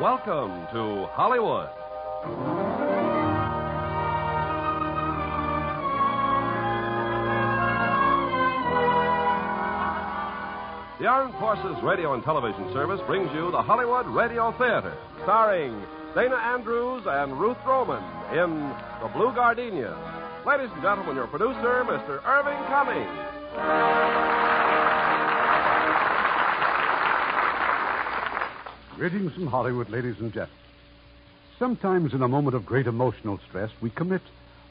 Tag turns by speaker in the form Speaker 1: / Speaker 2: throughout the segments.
Speaker 1: Welcome to Hollywood. The Armed Forces Radio and Television Service brings you the Hollywood Radio Theater, starring Dana Andrews and Ruth Roman in The Blue Gardenia. Ladies and gentlemen, your producer, Mr. Irving Cummings.
Speaker 2: Greetings from Hollywood, ladies and gentlemen. Sometimes in a moment of great emotional stress, we commit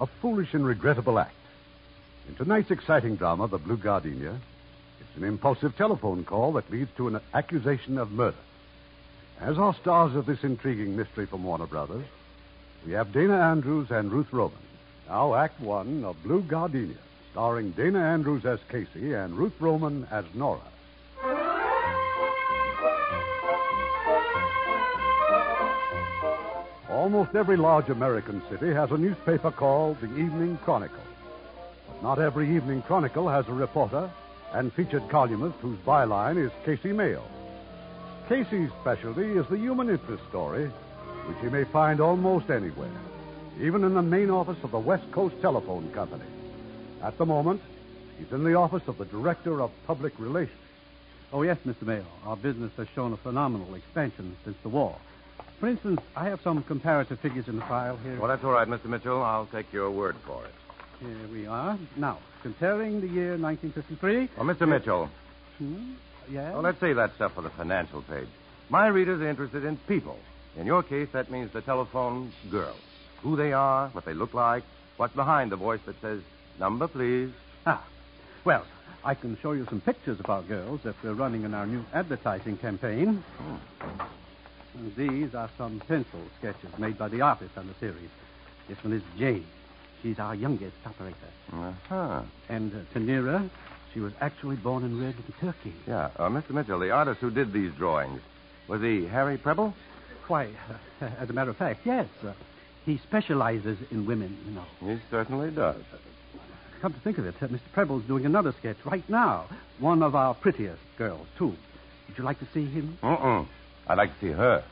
Speaker 2: a foolish and regrettable act. In tonight's exciting drama, The Blue Gardenia, it's an impulsive telephone call that leads to an accusation of murder. As our stars of this intriguing mystery from Warner Brothers, we have Dana Andrews and Ruth Roman. Now, Act One of Blue Gardenia, starring Dana Andrews as Casey and Ruth Roman as Nora. Almost every large American city has a newspaper called the Evening Chronicle. But not every Evening Chronicle has a reporter and featured columnist whose byline is Casey Mayo. Casey's specialty is the human interest story, which you may find almost anywhere, even in the main office of the West Coast Telephone Company. At the moment, he's in the office of the Director of Public Relations.
Speaker 3: Oh, yes, Mr. Mayo. Our business has shown a phenomenal expansion since the war. For instance, I have some comparative figures in the file here.
Speaker 4: Well, that's all right, Mr. Mitchell. I'll take your word for it.
Speaker 3: Here we are. Now, comparing the year 1953.
Speaker 4: Well, Mr. Mitchell,
Speaker 3: Hmm? Yes?
Speaker 4: Oh, well, let's save that stuff for the financial page. My readers are interested in people. In your case, that means the telephone girl. Who they are, what they look like, what's behind the voice that says, number, please.
Speaker 3: Ah. Well, I can show you some pictures of our girls that we're running in our new advertising campaign. And These are some pencil sketches made by the artist on the series. This one is Jane. She's our youngest operator.
Speaker 4: Uh-huh.
Speaker 3: And uh, Tanira, she was actually born and reared in Turkey.
Speaker 4: Yeah. Uh, Mr. Mitchell, the artist who did these drawings, was he Harry Preble?
Speaker 3: Why, uh, as a matter of fact, yes. Uh, he specializes in women, you know.
Speaker 4: He certainly does.
Speaker 3: Come to think of it, uh, Mr. Preble's doing another sketch right now. One of our prettiest girls, too. Would you like to see him?
Speaker 4: Mm-mm. I'd like to see her.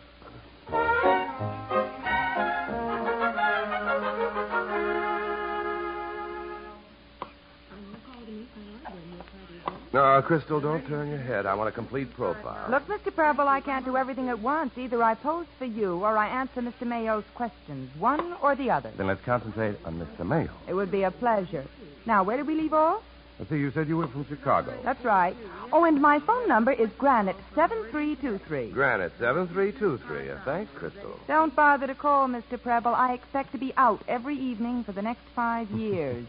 Speaker 4: No, Crystal, don't turn your head. I want a complete profile.
Speaker 5: Look, Mr. Preble, I can't do everything at once. Either I pose for you or I answer Mr. Mayo's questions, one or the other.
Speaker 4: Then let's concentrate on Mr. Mayo.
Speaker 5: It would be a pleasure. Now, where did we leave off?
Speaker 4: Let's see, you said you were from Chicago.
Speaker 5: That's right. Oh, and my phone number is Granite 7323.
Speaker 4: Granite, 7323. Uh, Thanks, Crystal.
Speaker 5: Don't bother to call, Mr. Preble. I expect to be out every evening for the next five years.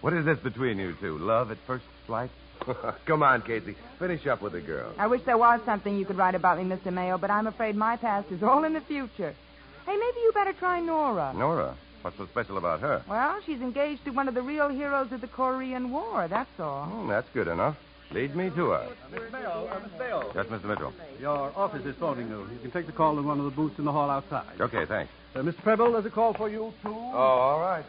Speaker 4: What is this between you two? Love at first sight? Come on, Casey. Finish up with the girl.
Speaker 5: I wish there was something you could write about me, Mr. Mayo, but I'm afraid my past is all in the future. Hey, maybe you better try Nora.
Speaker 4: Nora, what's so special about her?
Speaker 5: Well, she's engaged to one of the real heroes of the Korean War, that's all.
Speaker 4: Hmm, that's good enough. Lead me to her.
Speaker 3: Mr. Mayo, Mr. Mayo.
Speaker 4: Yes, Mr. Mitchell.
Speaker 3: Your office is phoning you. You can take the call in one of the booths in the hall outside.
Speaker 4: Okay, thanks.
Speaker 3: Uh, Mr. Preble, there's a call for you, too.
Speaker 4: Oh, all right.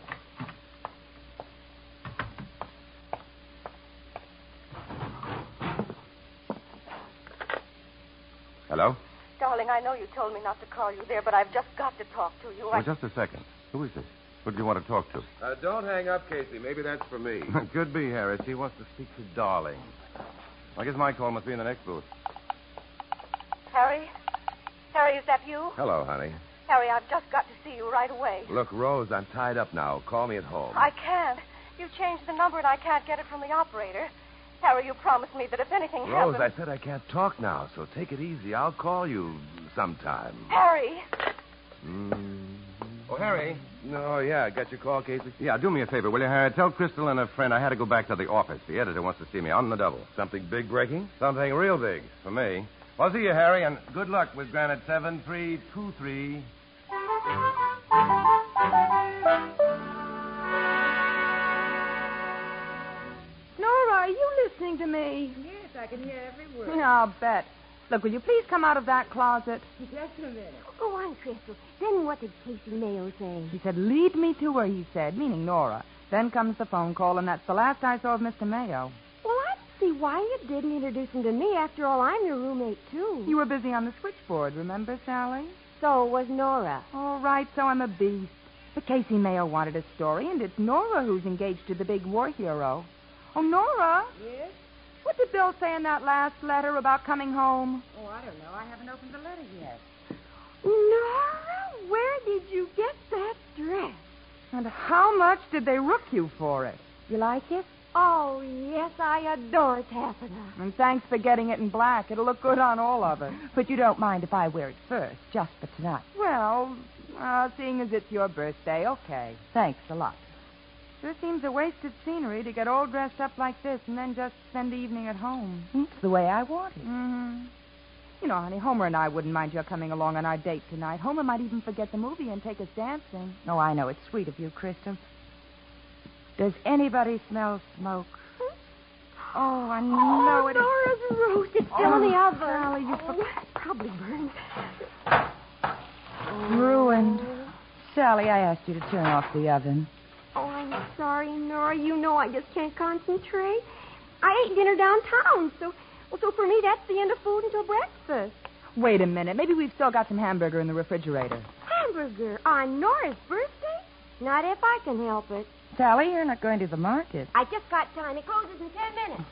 Speaker 4: Hello?
Speaker 6: Darling, I know you told me not to call you there, but I've just got to talk to you.
Speaker 4: Well, just a second. Who is this? Who do you want to talk to?
Speaker 7: Uh, don't hang up, Casey. Maybe that's for me.
Speaker 4: Could be Harris. He wants to speak to Darling. I guess my call must be in the next booth.
Speaker 6: Harry? Harry, is that you?
Speaker 4: Hello, honey.
Speaker 6: Harry, I've just got to see you right away.
Speaker 4: Look, Rose, I'm tied up now. Call me at home.
Speaker 6: I can't. You changed the number and I can't get it from the operator. Harry, you promised me that if anything
Speaker 4: Rose,
Speaker 6: happens.
Speaker 4: I said I can't talk now, so take it easy. I'll call you sometime.
Speaker 6: Harry!
Speaker 4: Oh, Harry. No, yeah, got your call, Casey? Yeah, do me a favor, will you, Harry? Tell Crystal and her friend I had to go back to the office. The editor wants to see me on the double. Something big breaking? Something real big for me. Well, see you, Harry, and good luck with Granite 7323.
Speaker 5: Nora, are you listening to me?
Speaker 8: Yes, I can hear every word.
Speaker 5: I'll bet. Look, will you please come out of that closet?
Speaker 8: Just a minute.
Speaker 9: Go on, Crystal. Then what did Casey Mayo say?
Speaker 5: He said, lead me to her, he said, meaning Nora. Then comes the phone call, and that's the last I saw of Mr. Mayo.
Speaker 9: Well, I don't see why you didn't introduce him to me. After all, I'm your roommate, too.
Speaker 5: You were busy on the switchboard, remember, Sally?
Speaker 6: So was Nora.
Speaker 10: All right, so I'm a beast. But Casey Mayo wanted a story, and it's Nora who's engaged to the big war hero. Oh, Nora,
Speaker 11: Yes?
Speaker 10: what did Bill say in that last letter about coming home?
Speaker 11: Oh, I don't know. I haven't opened the letter yet.
Speaker 6: Nora, where did you get that dress?
Speaker 10: And how much did they rook you for it? You like it?
Speaker 6: Oh, yes, I adore taffeta.
Speaker 10: And thanks for getting it in black. It'll look good on all of us. But you don't mind if I wear it first, just for tonight. Well, uh, seeing as it's your birthday, okay. Thanks a lot. Sure seems a wasted scenery to get all dressed up like this and then just spend the evening at home.
Speaker 5: It's the way I want it.
Speaker 10: Mm-hmm. You know, honey, Homer and I wouldn't mind your coming along on our date tonight. Homer might even forget the movie and take us dancing.
Speaker 5: No, I know. It's sweet of you, Kristen. Does anybody smell smoke?
Speaker 10: Hmm? Oh, I know it. Oh,
Speaker 6: Nora's roast. It's still in the oven.
Speaker 10: Sally, you
Speaker 6: oh, probably burned.
Speaker 10: Oh.
Speaker 5: Ruined. Sally, I asked you to turn off the oven.
Speaker 6: Oh, I'm sorry, Nora. You know I just can't concentrate. I ate dinner downtown, so well, so for me that's the end of food until breakfast.
Speaker 10: Wait a minute. Maybe we've still got some hamburger in the refrigerator.
Speaker 6: Hamburger on Nora's birthday? Not if I can help it.
Speaker 5: Sally, you're not going to the market.
Speaker 6: I just got time. It closes in ten minutes.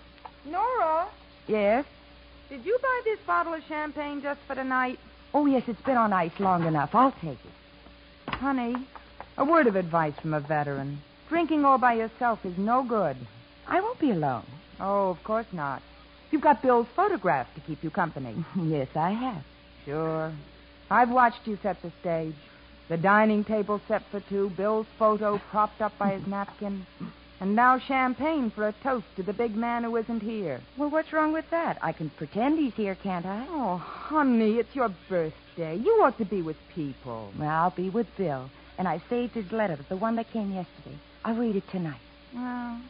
Speaker 10: Nora,
Speaker 5: Yes?
Speaker 10: did you buy this bottle of champagne just for tonight?
Speaker 5: Oh, yes, it's been on ice long enough. I'll take it.
Speaker 10: Honey, a word of advice from a veteran. Drinking all by yourself is no good.
Speaker 5: I won't be alone.
Speaker 10: Oh, of course not. You've got Bill's photograph to keep you company.
Speaker 5: yes, I have.
Speaker 10: Sure. I've watched you set the stage. The dining table set for two, Bill's photo propped up by his napkin, and now champagne for a toast to the big man who isn't here.
Speaker 5: Well, what's wrong with that? I can pretend he's here, can't I?
Speaker 10: Oh, honey, it's your birthday. You ought to be with people.
Speaker 5: Well, I'll be with Bill. And I saved his letter, the one that came yesterday. I'll read it tonight.
Speaker 10: Well,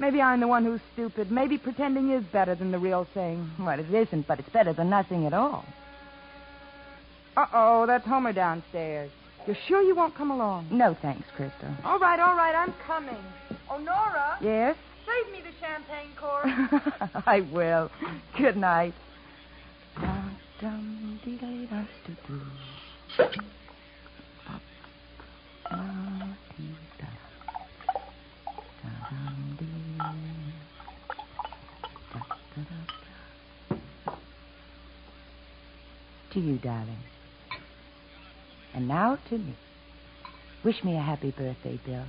Speaker 10: maybe I'm the one who's stupid. Maybe pretending is better than the real thing.
Speaker 5: Well, it isn't, but it's better than nothing at all.
Speaker 10: Uh oh, that's Homer downstairs. You're sure you won't come along?
Speaker 5: No thanks, Crystal.
Speaker 10: All right, all right, I'm coming. Oh, Nora,
Speaker 5: Yes?
Speaker 10: save me the champagne cork.
Speaker 5: I will. Good night. Dum-dum, dee-dee-dum-doo-doo. Ah-dee-da. Da-dum-dee. Da-da-da-da. To you, darling. And now to me. Wish me a happy birthday, Bill.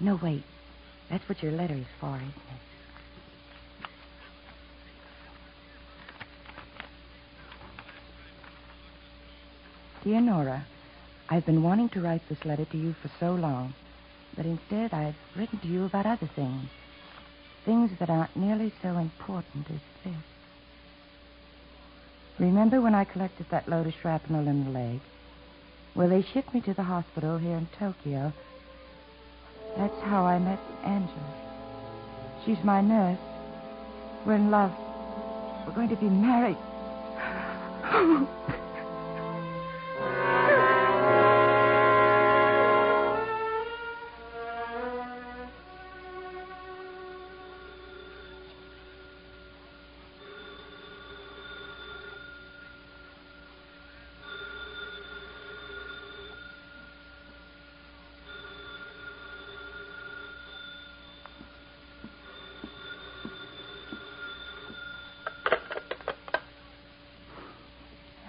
Speaker 5: No, wait. That's what your letter is for, isn't it? Dear Nora, I've been wanting to write this letter to you for so long, but instead I've written to you about other things. Things that aren't nearly so important as this. Remember when I collected that load of shrapnel in the leg? Well, they shipped me to the hospital here in Tokyo. That's how I met Angela. She's my nurse. We're in love. We're going to be married.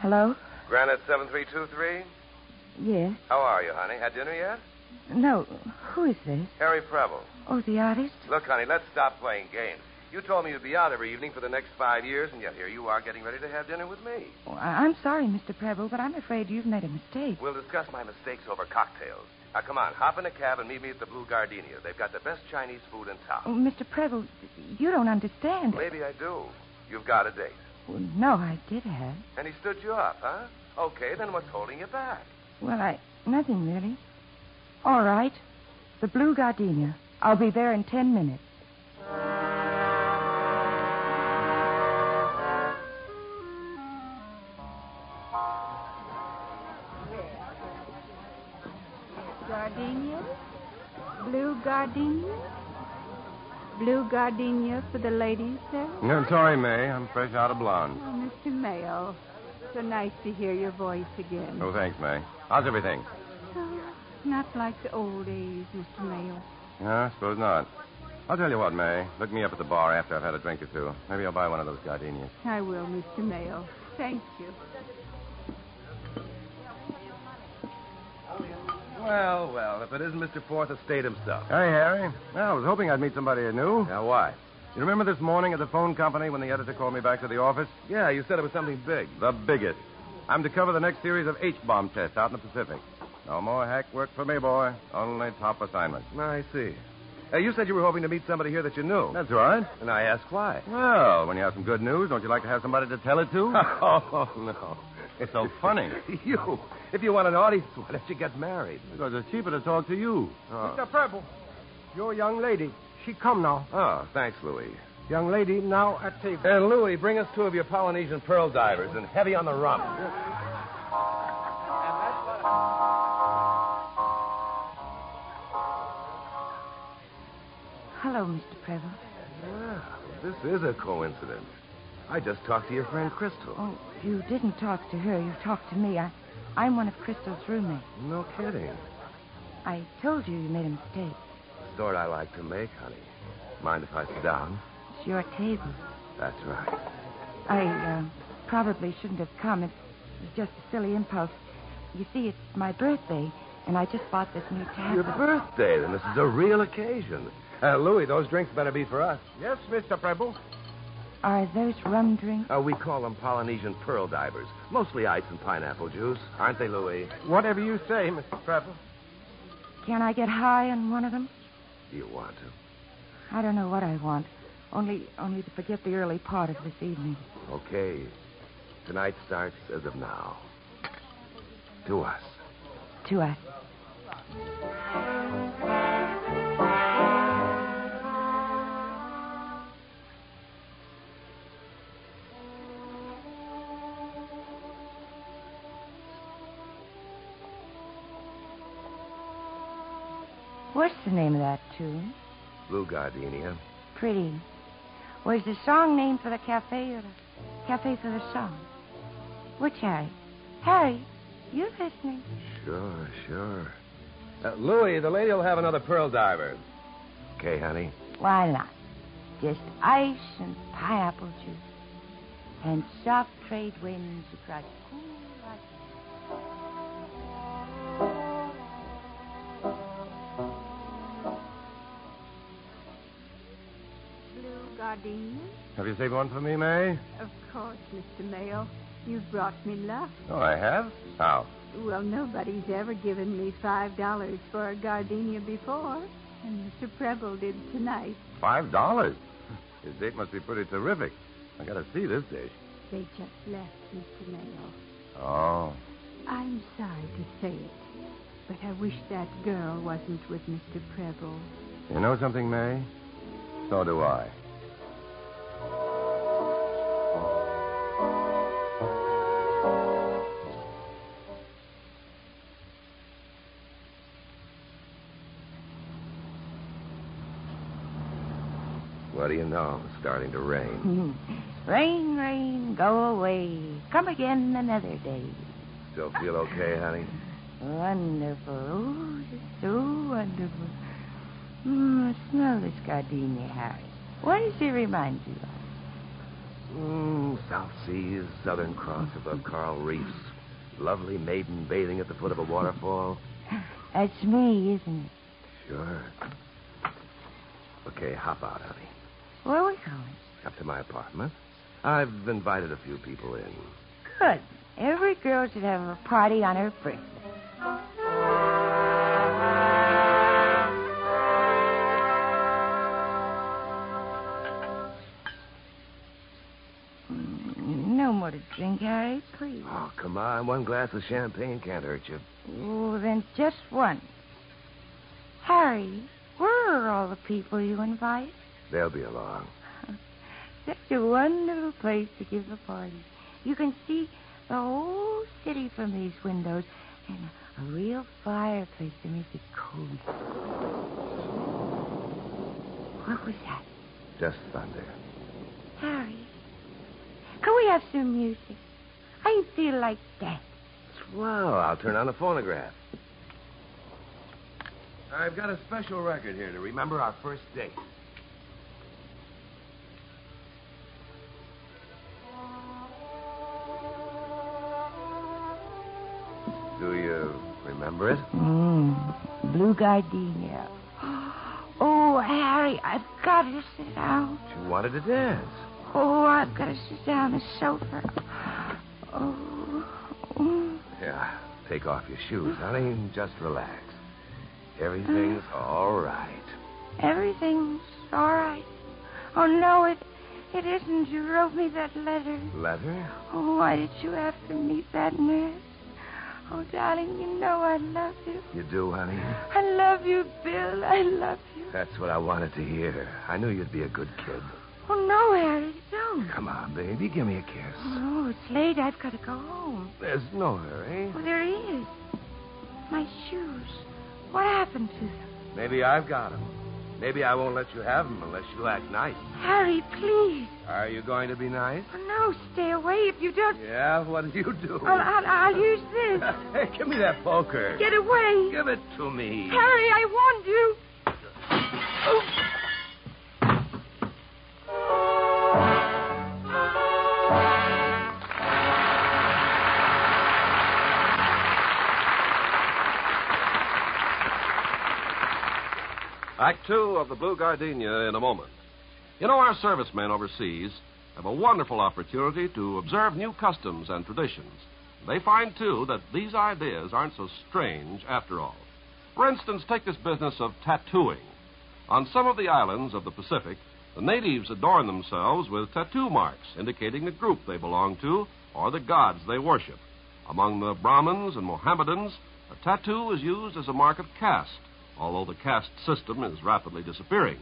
Speaker 5: Hello?
Speaker 7: Granite 7323?
Speaker 5: Yes.
Speaker 7: How are you, honey? Had dinner yet?
Speaker 5: No. Who is this?
Speaker 7: Harry Preble.
Speaker 5: Oh, the artist?
Speaker 7: Look, honey, let's stop playing games. You told me you'd be out every evening for the next five years, and yet here you are getting ready to have dinner with me.
Speaker 5: Oh, I- I'm sorry, Mr. Preble, but I'm afraid you've made a mistake.
Speaker 7: We'll discuss my mistakes over cocktails. Now, come on, hop in a cab and meet me at the Blue Gardenia. They've got the best Chinese food in
Speaker 5: Oh,
Speaker 7: town.
Speaker 5: Mr. Preble, you don't understand.
Speaker 7: Maybe I do. You've got a date.
Speaker 5: Well, no, I did have.
Speaker 7: And he stood you up, huh? Okay, then what's holding you back?
Speaker 5: Well, I. Nothing, really. All right. The Blue Gardenia. I'll be there in ten minutes.
Speaker 11: Gardenia? Blue gardenia? Blue gardenia for the ladies, sir?
Speaker 4: No, sorry, May. I'm fresh out of blonde.
Speaker 11: Oh, Mr. Mayo. So nice to hear your voice again.
Speaker 4: Oh, thanks, May. How's everything?
Speaker 11: Oh, not like the old days, Mr. Mayo.
Speaker 4: No, I suppose not. I'll tell you what, May. Look me up at the bar after I've had a drink or two. Maybe I'll buy one of those gardenias.
Speaker 11: I will, Mr. Mayo. Thank you.
Speaker 7: Well, well, if it isn't Mr. Fourth Estate himself.
Speaker 4: Hey, Harry. Well, I was hoping I'd meet somebody I knew.
Speaker 7: Now, why?
Speaker 4: You remember this morning at the phone company when the editor called me back to the office?
Speaker 7: Yeah, you said it was something big.
Speaker 4: The biggest. I'm to cover the next series of H-bomb tests out in the Pacific. No more hack work for me, boy. Only top assignments.
Speaker 7: I see.
Speaker 12: Uh,
Speaker 7: Hey, you said you were hoping to meet somebody here that you knew.
Speaker 4: That's right.
Speaker 7: And I asked why.
Speaker 4: Well, when you have some good news, don't you like to have somebody to tell it to?
Speaker 7: Oh, no.
Speaker 4: It's so funny.
Speaker 7: you. If you want an audience, why don't you get married?
Speaker 4: Because it's cheaper to talk to you.
Speaker 7: Oh,
Speaker 12: Mr. Preble, your young lady, she come now.
Speaker 7: oh thanks, Louis.
Speaker 12: Young lady now at table.
Speaker 7: And Louis, bring us two of your Polynesian pearl divers and heavy on the rum.
Speaker 5: Hello, Mr. Preble.
Speaker 7: Well, Ah, this is a coincidence. I just talked to your friend Crystal.
Speaker 5: Oh, you didn't talk to her. You talked to me. I, I'm one of Crystal's roommates.
Speaker 7: No kidding.
Speaker 5: I told you you made a mistake.
Speaker 7: Sort I like to make, honey. Mind if I sit down?
Speaker 5: It's your table.
Speaker 7: That's right.
Speaker 5: I uh, probably shouldn't have come. It was just a silly impulse. You see, it's my birthday, and I just bought this new tablet.
Speaker 7: Your birthday, then. This is a real occasion. Uh, Louis, those drinks better be for us.
Speaker 12: Yes, Mr. Preble.
Speaker 5: Are those rum drinks?
Speaker 7: Uh, we call them Polynesian pearl divers. Mostly ice and pineapple juice, aren't they, Louis?
Speaker 12: Whatever you say, Mr. Preble.
Speaker 5: Can I get high on one of them?
Speaker 7: Do you want to?
Speaker 5: I don't know what I want. Only, only to forget the early part of this evening.
Speaker 7: Okay. Tonight starts as of now. To us.
Speaker 5: To us. What's the name of that tune?
Speaker 7: Blue Gardenia.
Speaker 5: Pretty. Was the song named for the cafe or the cafe for the song? Which Harry? Harry, you're listening.
Speaker 7: Sure, sure. Uh, Louis, the lady will have another pearl diver. Okay, honey.
Speaker 5: Why not? Just ice and pineapple juice. And soft trade winds across cool Los
Speaker 11: Blue gardenia?
Speaker 4: Have you saved one for me, May?
Speaker 11: Of course, Mr. Mayo. You've brought me luck.
Speaker 4: Oh, I have? How?
Speaker 11: Well, nobody's ever given me five dollars for a gardenia before, and Mr. Preble did tonight.
Speaker 4: Five dollars. His date must be pretty terrific. I gotta see this dish.
Speaker 11: They just left, Mr. Mayo.
Speaker 4: Oh.
Speaker 11: I'm sorry to say it, but I wish that girl wasn't with Mr. Preble.
Speaker 4: You know something, May? So do I.
Speaker 7: What do you know? It's starting to rain.
Speaker 5: Hmm. Rain, rain, go away. Come again another day.
Speaker 7: Still feel okay, honey?
Speaker 5: Wonderful. Oh, it's so wonderful. Mm, smell this gardenia, Harry. What does it remind you of?
Speaker 7: Mm, South Seas, Southern Cross above coral reefs. Lovely maiden bathing at the foot of a waterfall.
Speaker 5: That's me, isn't it?
Speaker 7: Sure. Okay, hop out, honey.
Speaker 5: Where are we going?
Speaker 7: Up to my apartment. I've invited a few people in.
Speaker 5: Good. Every girl should have a party on her birthday. Mm, No more to drink, Harry, please.
Speaker 7: Oh, come on. One glass of champagne can't hurt you.
Speaker 5: Oh, then just one. Harry, where are all the people you invite?
Speaker 7: They'll be along.
Speaker 5: Such a wonderful place to give a party. You can see the whole city from these windows and a real fireplace to make it cozy. What was that?
Speaker 7: Just thunder.
Speaker 5: Harry, can we have some music? I
Speaker 13: I feel like that.
Speaker 4: Swell. I'll turn on the phonograph. I've got a special record here to remember our first date. Do you remember it?
Speaker 5: Mm, blue gardenia. Oh, Harry, I've got to sit down.
Speaker 4: She wanted to dance.
Speaker 5: Oh, I've got to sit down on the sofa. Oh, oh.
Speaker 4: Yeah. Take off your shoes, honey, and just relax. Everything's all right.
Speaker 5: everything's all right. Oh, no, it, it isn't. You wrote me that letter.
Speaker 4: Letter?
Speaker 5: Oh, why did you have to meet that nurse? Oh, darling, you know I love you.
Speaker 4: You do, honey.
Speaker 5: I love you, Bill. I love you.
Speaker 4: That's what I wanted to hear. I knew you'd be a good kid.
Speaker 5: Oh, no, Harry, don't.
Speaker 4: Come on, baby, give me a kiss.
Speaker 5: Oh, no, it's late. I've got to go home.
Speaker 4: There's no hurry.
Speaker 5: Oh, there is. My shoes. What happened to them?
Speaker 4: Maybe I've got 'em. Maybe I won't let you have 'em unless you act nice.
Speaker 5: Harry, please. Oh,
Speaker 4: Are you going to be nice?
Speaker 5: No, stay away if you don't.
Speaker 4: Yeah, what do you do?
Speaker 5: I'll, I'll, I'll use this.
Speaker 4: Hey, give me that poker.
Speaker 5: Get away.
Speaker 4: Give it to me.
Speaker 5: Harry, I warned you.
Speaker 1: Act two of the Blue Gardenia in a moment. You know, our servicemen overseas have a wonderful opportunity to observe new customs and traditions. They find, too, that these ideas aren't so strange after all. For instance, take this business of tattooing. On some of the islands of the Pacific, the natives adorn themselves with tattoo marks indicating the group they belong to or the gods they worship. Among the Brahmins and Mohammedans, a tattoo is used as a mark of caste although the caste system is rapidly disappearing.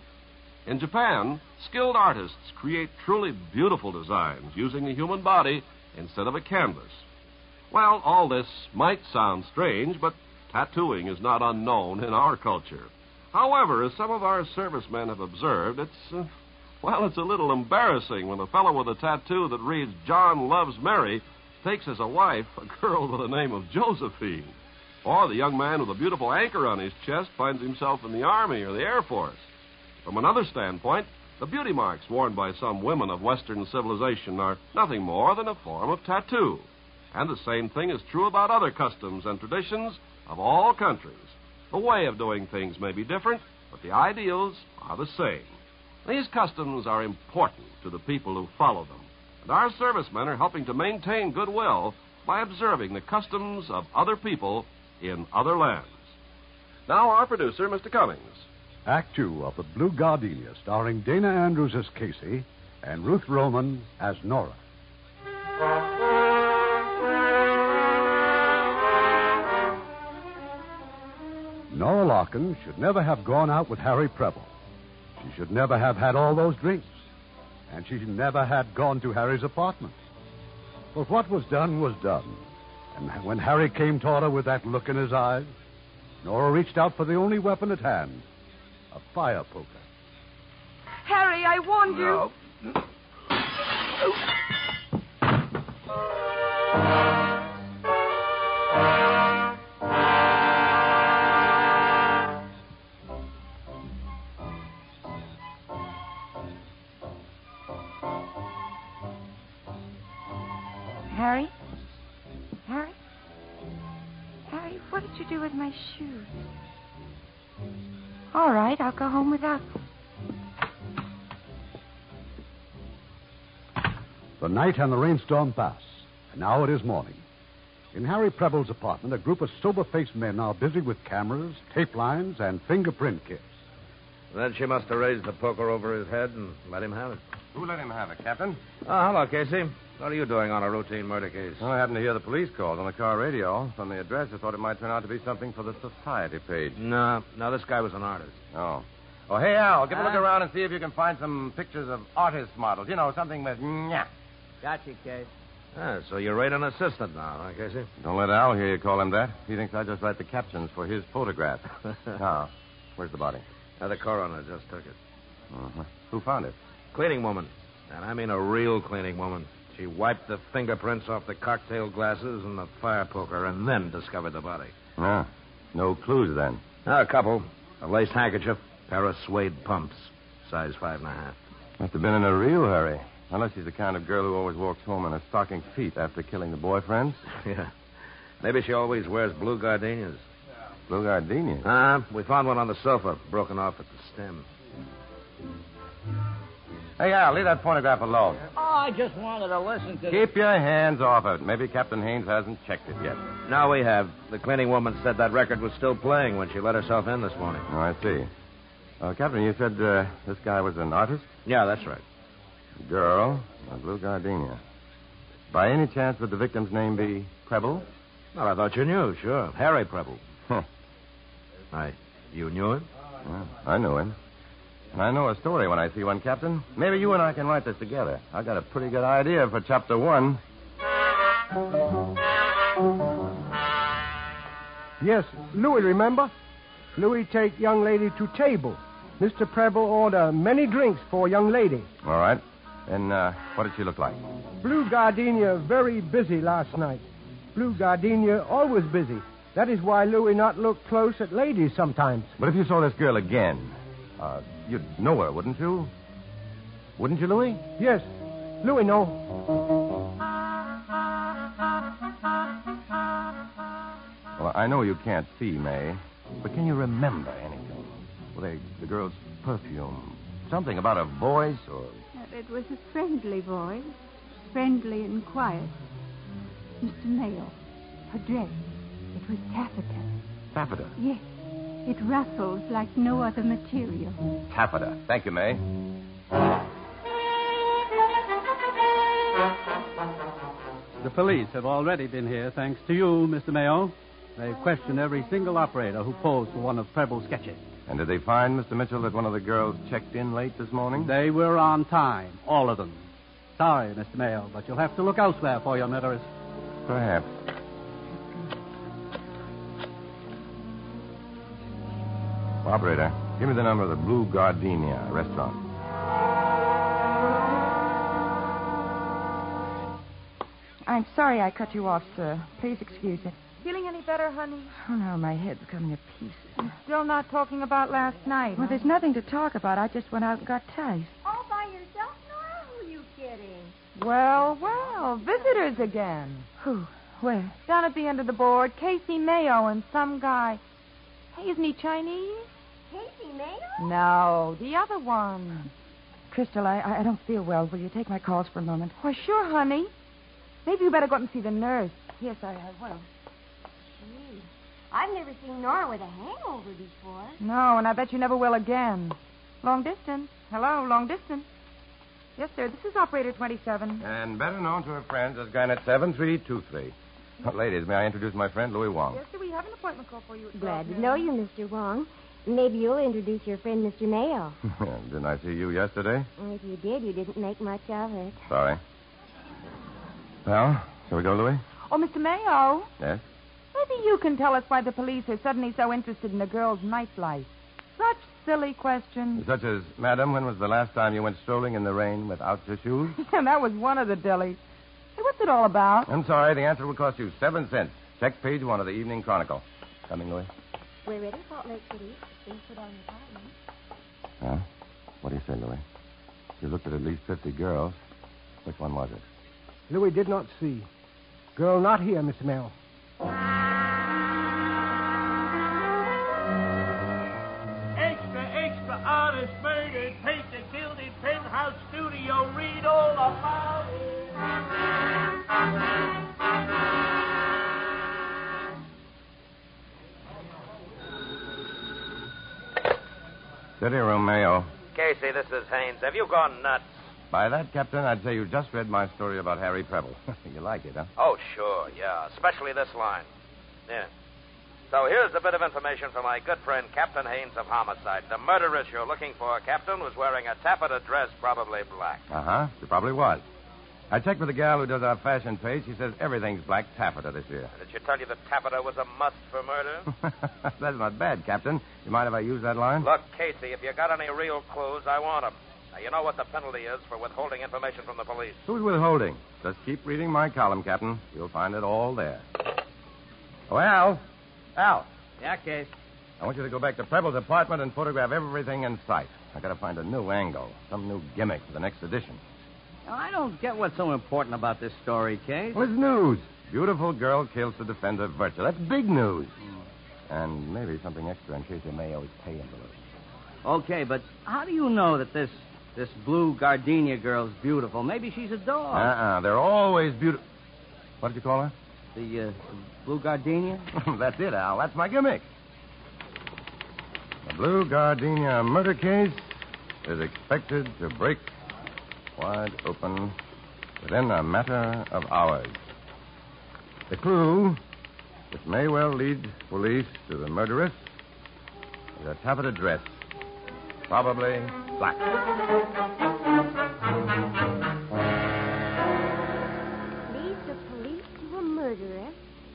Speaker 1: In Japan, skilled artists create truly beautiful designs using the human body instead of a canvas. Well, all this might sound strange, but tattooing is not unknown in our culture. However, as some of our servicemen have observed, it's, uh, well, it's a little embarrassing when a fellow with a tattoo that reads John Loves Mary takes as a wife a girl with the name of Josephine. Or the young man with a beautiful anchor on his chest finds himself in the Army or the Air Force. From another standpoint, the beauty marks worn by some women of Western civilization are nothing more than a form of tattoo. And the same thing is true about other customs and traditions of all countries. The way of doing things may be different, but the ideals are the same. These customs are important to the people who follow them, and our servicemen are helping to maintain goodwill by observing the customs of other people in other lands. Now, our producer, Mr. Cummings.
Speaker 2: Act two of The Blue Gardenia, starring Dana Andrews as Casey and Ruth Roman as Nora. Nora Larkin should never have gone out with Harry Preble. She should never have had all those drinks. And she never had gone to Harry's apartment. But what was done was done. And when Harry came toward her with that look in his eyes, Nora reached out for the only weapon at hand a fire poker.
Speaker 6: Harry, I warned you.
Speaker 5: Harry? Harry? Harry, what did you do with my shoes? All right, I'll go home without them.
Speaker 2: The night and the rainstorm pass, and now it is morning. In Harry Preble's apartment, a group of sober faced men are busy with cameras, tape lines, and fingerprint kits.
Speaker 14: Then she must have raised the poker over his head and let him have it. Who let him have it, Captain? Oh, hello, Casey. What are you doing on a routine murder case? Well, I happened to hear the police called on the car radio. From the address, I thought it might turn out to be something for the society page. No, no, this guy was an artist. Oh. Oh, hey, Al, give a look
Speaker 15: Huh?
Speaker 14: around and see if you can find some pictures of artist models. You know, something with nyah.
Speaker 15: Gotcha, Case.
Speaker 14: Ah, so you're an assistant now, huh, Casey? Don't let Al hear you call him that. He thinks I just write the captions for his photograph. now, where's the body?
Speaker 15: Uh, the coroner just took it.
Speaker 14: Uh-huh. Who found it?
Speaker 15: Cleaning woman. And I mean a real cleaning woman.
Speaker 14: She wiped the fingerprints off the cocktail glasses and the fire poker and then discovered the body.
Speaker 4: No. No clues then.
Speaker 14: a couple. A lace handkerchief, pair of suede pumps, size five and a half.
Speaker 4: Must have been in a real hurry. Unless she's the kind of girl who always walks home in her stocking feet after killing the boyfriends.
Speaker 14: yeah. Maybe she always wears blue gardenias.
Speaker 4: Blue gardenias.
Speaker 14: Uh, we found one on the sofa, broken off at the stem.
Speaker 4: Hey, Al, leave that phonograph alone.
Speaker 16: Oh, I just wanted to listen to.
Speaker 4: Keep your hands off it. Maybe Captain Haines hasn't checked it yet.
Speaker 14: Now we have. The cleaning woman said that record was still playing when she let herself in this morning.
Speaker 4: Oh, I see. Uh, Captain, you said uh, this guy was an artist?
Speaker 14: Yeah, that's right.
Speaker 4: Girl, a blue gardenia. By any chance, would the victim's name be Preble?
Speaker 14: Well, I thought you knew, sure. Harry Preble.
Speaker 4: Huh.
Speaker 14: I, you knew him?
Speaker 4: I knew him. And I know a story when I see one, Captain. Maybe you and I can write this together. I got a pretty good idea for chapter one.
Speaker 12: Yes, Louis, remember? Louis take young lady to table. Mr. Preble order many drinks for young lady.
Speaker 4: All right. And uh, what did she look like?
Speaker 12: Blue Gardenia very busy last night. Blue Gardenia always busy. That is why Louis not look close at ladies sometimes.
Speaker 4: But if you saw this girl again, uh, you'd know her, wouldn't you? Wouldn't you, Louis?
Speaker 12: Yes, Louis know.
Speaker 4: Well, I know you can't see, May, but can you remember anything? Well, they, the girl's perfume. Something about her voice or.
Speaker 11: It was a friendly voice, friendly and quiet. Mr. Mayo, her dress, it was taffeta.
Speaker 4: Taffeta.
Speaker 11: Yes, it rustles like no other material.
Speaker 4: Taffeta. Thank you, May.
Speaker 3: The police have already been here, thanks to you, Mr. Mayo. They've questioned every single operator who posed for one of Preble's sketches.
Speaker 4: And did they find, Mr. Mitchell, that one of the girls checked in late this morning?
Speaker 3: They were on time, all of them. Sorry, Mr. Mayo, but you'll have to look elsewhere for your murderers.
Speaker 4: Perhaps. Operator, give me the number of the Blue Gardenia restaurant.
Speaker 5: I'm sorry I cut you off, sir. Please excuse it.
Speaker 10: Feeling any better, honey?
Speaker 5: Oh, no, my head's coming to pieces.
Speaker 10: Still not talking about last night.
Speaker 5: Well, there's nothing to talk about. I just went out and got ties.
Speaker 6: All by yourself, Nora? Who are you kidding?
Speaker 10: Well, well, visitors again.
Speaker 5: Who? Where?
Speaker 10: Down at the end of the board, Casey Mayo and some guy. Hey, isn't he Chinese?
Speaker 6: Casey Mayo?
Speaker 10: No, the other one.
Speaker 5: Crystal, I, I- I don't feel well. Will you take my calls for a moment?
Speaker 10: Why, sure, honey. Maybe you better go up and see the nurse.
Speaker 5: Yes, I, I will.
Speaker 6: Gee, I've never seen Nora with a hangover before.
Speaker 10: No, and I bet you never will again. Long distance. Hello, long distance. Yes, sir. This is operator 27.
Speaker 4: And better known to her friends as Granite 7323. Uh, Ladies, may I introduce my friend, Louis Wong?
Speaker 10: sir, we have an appointment call for you.
Speaker 6: Glad to know you, Mr. Wong. Maybe you'll introduce your friend, Mr. Mayo.
Speaker 4: Didn't I see you yesterday?
Speaker 6: If you did, you didn't make much of it.
Speaker 4: Sorry. Well, shall we go, Louis?
Speaker 10: Oh, Mr. Mayo,
Speaker 4: Yes?
Speaker 10: maybe you can tell us why the police are suddenly so interested in a girl's nightlife. Such silly questions.
Speaker 4: Such as, Madam, when was the last time you went strolling in the rain without your shoes?
Speaker 10: and that was one of the dillies. Hey, what's it all about?
Speaker 4: I'm sorry, the answer will cost you seven cents. Check page one of the Evening Chronicle. Coming, Louis?
Speaker 6: We're ready, Salt Lake City. Please put on your time.
Speaker 4: Huh? What do you say, Louis? You looked at at least 50 girls. Which one was it?
Speaker 12: Louis did not see. Girl not here, Mr. Mayo.
Speaker 16: Extra, extra, artist murdered, painter killed in penthouse studio. Read all about
Speaker 4: City room, Mayo.
Speaker 17: Casey, this is Haines. Have you gone nuts?
Speaker 4: By that, Captain, I'd say you just read my story about Harry Preble. you like it, huh?
Speaker 17: Oh, sure, yeah. Especially this line. Yeah. So here's a bit of information for my good friend Captain Haines of Homicide. The murderess you're looking for, Captain, was wearing a taffeta dress, probably black.
Speaker 4: Uh huh. She probably was. I checked with the gal who does our fashion page. She says everything's black taffeta this year.
Speaker 17: Did she tell you that taffeta was a must for murder?
Speaker 4: That's not bad, Captain. You mind if I use that line?
Speaker 17: Look, Casey, if you got any real clues, I want 'em. Now, you know what the penalty is for withholding information from the police.
Speaker 4: Who's withholding? Just keep reading my column, Captain. You'll find it all there. Oh, Al, Al,
Speaker 18: Yeah, Case.
Speaker 4: I want you to go back to Pebble's apartment and photograph everything in sight. I gotta find a new angle, some new gimmick for the next edition.
Speaker 18: Now, I don't get what's so important about this story, Case.
Speaker 4: Well, it's news. Beautiful girl kills to defend her virtue. That's big news. And maybe something extra in case the Mayo's pay envelope.
Speaker 18: Okay, but how do you know that this this blue gardenia girl's beautiful? Maybe she's a dog.
Speaker 4: Uh-uh. They're always beautiful. What did you call her?
Speaker 18: The uh, blue gardenia?
Speaker 4: That's it, Al. That's my gimmick. The Blue Gardenia murder case is expected to break wide open within a matter of hours. The clue, which may well lead police to the murderess, is a taffeta dress, probably black.
Speaker 6: Lead the police to a murderer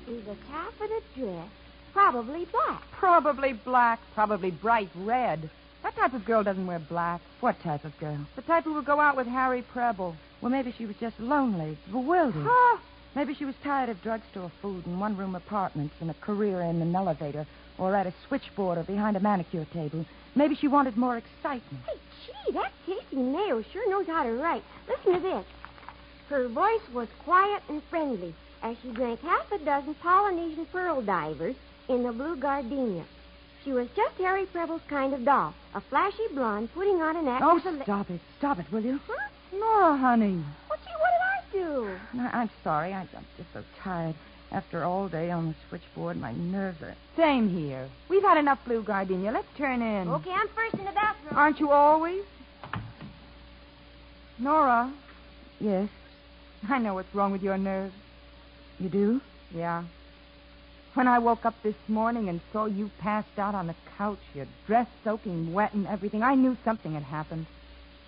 Speaker 6: is a top of the dress, probably black.
Speaker 10: Probably black, probably bright red. That type of girl doesn't wear black.
Speaker 5: What type of girl?
Speaker 10: The type who would go out with Harry Preble.
Speaker 5: Well, maybe she was just lonely, bewildered.
Speaker 10: Huh?
Speaker 5: Maybe she was tired of drugstore food and one room apartments and a career in an elevator or at a switchboard or behind a manicure table. Maybe she wanted more excitement.
Speaker 6: Gee, that Casey Mayo sure knows how to write. Listen to this. Her voice was quiet and friendly as she drank half a dozen Polynesian pearl divers in the Blue Gardenia. She was just Harry Preble's kind of doll, a flashy blonde putting on an act.
Speaker 5: Oh,
Speaker 6: for the-
Speaker 5: stop it. Stop it, will you?
Speaker 6: Huh?
Speaker 5: Nora, honey.
Speaker 6: Well, gee, what did I do?
Speaker 5: No, I'm sorry. I, I'm just so tired. After all day on the switchboard, my nerves are.
Speaker 10: Same here. We've had enough blue gardenia. Let's turn in.
Speaker 6: Okay, I'm first in the bathroom.
Speaker 10: Aren't you always? Nora,
Speaker 5: Yes,
Speaker 10: I know what's wrong with your nerves.
Speaker 5: you do?
Speaker 10: Yeah. When I woke up this morning and saw you passed out on the couch, your dress soaking wet and everything, I knew something had happened.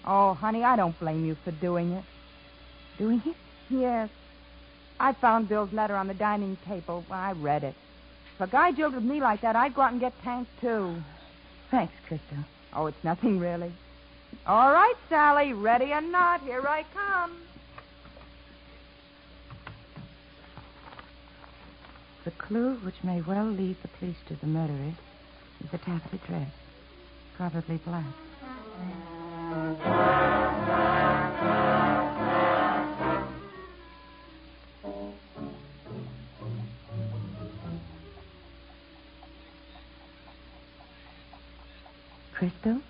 Speaker 10: Oh, honey, I don't blame you for doing it.
Speaker 5: Doing it?
Speaker 10: Yes. I found Bill's letter on the dining table. I read it. If a guy jilted me like that, I'd go out and get tanked, too.
Speaker 5: Thanks, Crystal.
Speaker 10: Oh, it's nothing, really. All right, Sally, ready or not, here I come.
Speaker 5: The clue which may well lead the police to the murderess is the taffeta dress, probably black. Crystal?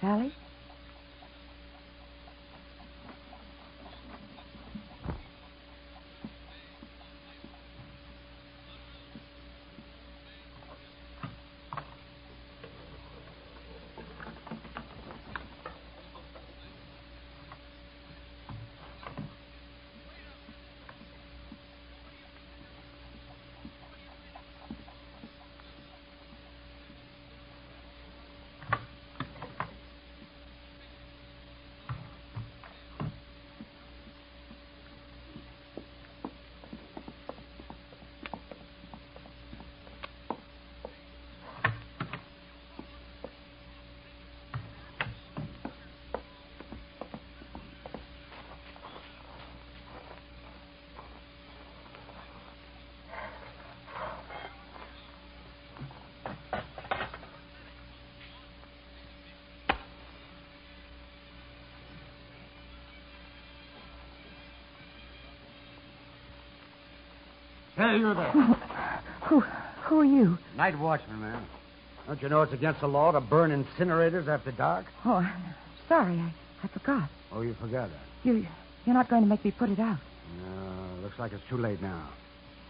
Speaker 5: Sally?
Speaker 19: Hey, you there.
Speaker 5: Who, who are you?
Speaker 19: Night watchman, man. Don't you know it's against the law to burn incinerators after dark?
Speaker 5: Oh, I'm sorry, I, I forgot.
Speaker 19: Oh, you forgot that.
Speaker 5: You, you're not going to make me put it out.
Speaker 19: No, looks like it's too late now.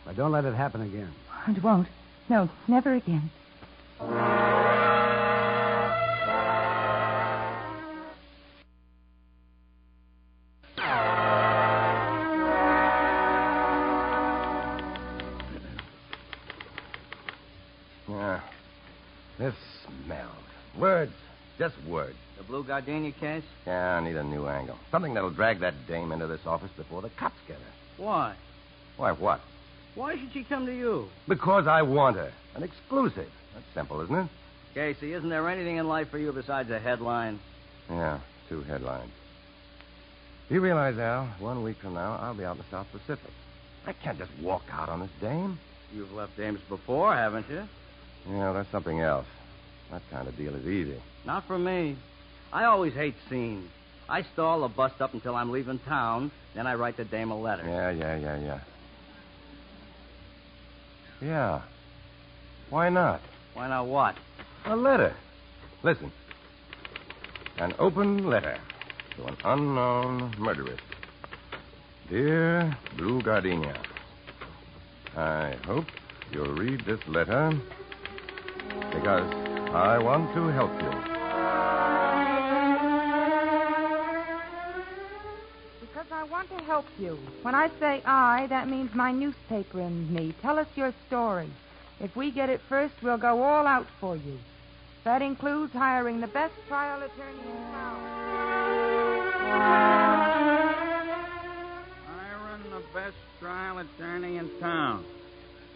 Speaker 19: But don't let it happen again.
Speaker 5: It won't. No, never again.
Speaker 4: Yeah. This smells. Words. Just words.
Speaker 18: The blue gardenia case?
Speaker 4: Yeah, I need a new angle. Something that'll drag that dame into this office before the cops get her.
Speaker 18: Why?
Speaker 4: Why, what?
Speaker 18: Why should she come to you?
Speaker 4: Because I want her. An exclusive. That's simple, isn't it?
Speaker 18: Casey, isn't there anything in life for you besides a headline?
Speaker 4: Yeah, two headlines. Do you realize, Al, one week from now, I'll be out in the South Pacific. I can't just walk out on this dame.
Speaker 18: You've left Ames before, haven't you?
Speaker 4: Yeah, that's something else. That kind of deal is easy.
Speaker 18: Not for me. I always hate scenes. I stall a bust up until I'm leaving town, then I write the dame a letter.
Speaker 4: Yeah, yeah, yeah, yeah. Yeah. Why not?
Speaker 18: Why not what?
Speaker 4: A letter. Listen. An open letter to an unknown murderess. Dear Blue Gardenia, I hope you'll read this letter because I want to help you.
Speaker 5: Because I want to help you. When I say I, that means my newspaper and me. Tell us your story. If we get it first, we'll go all out for you. That includes hiring the best trial attorney in town.
Speaker 20: Hiram, the best trial attorney in town.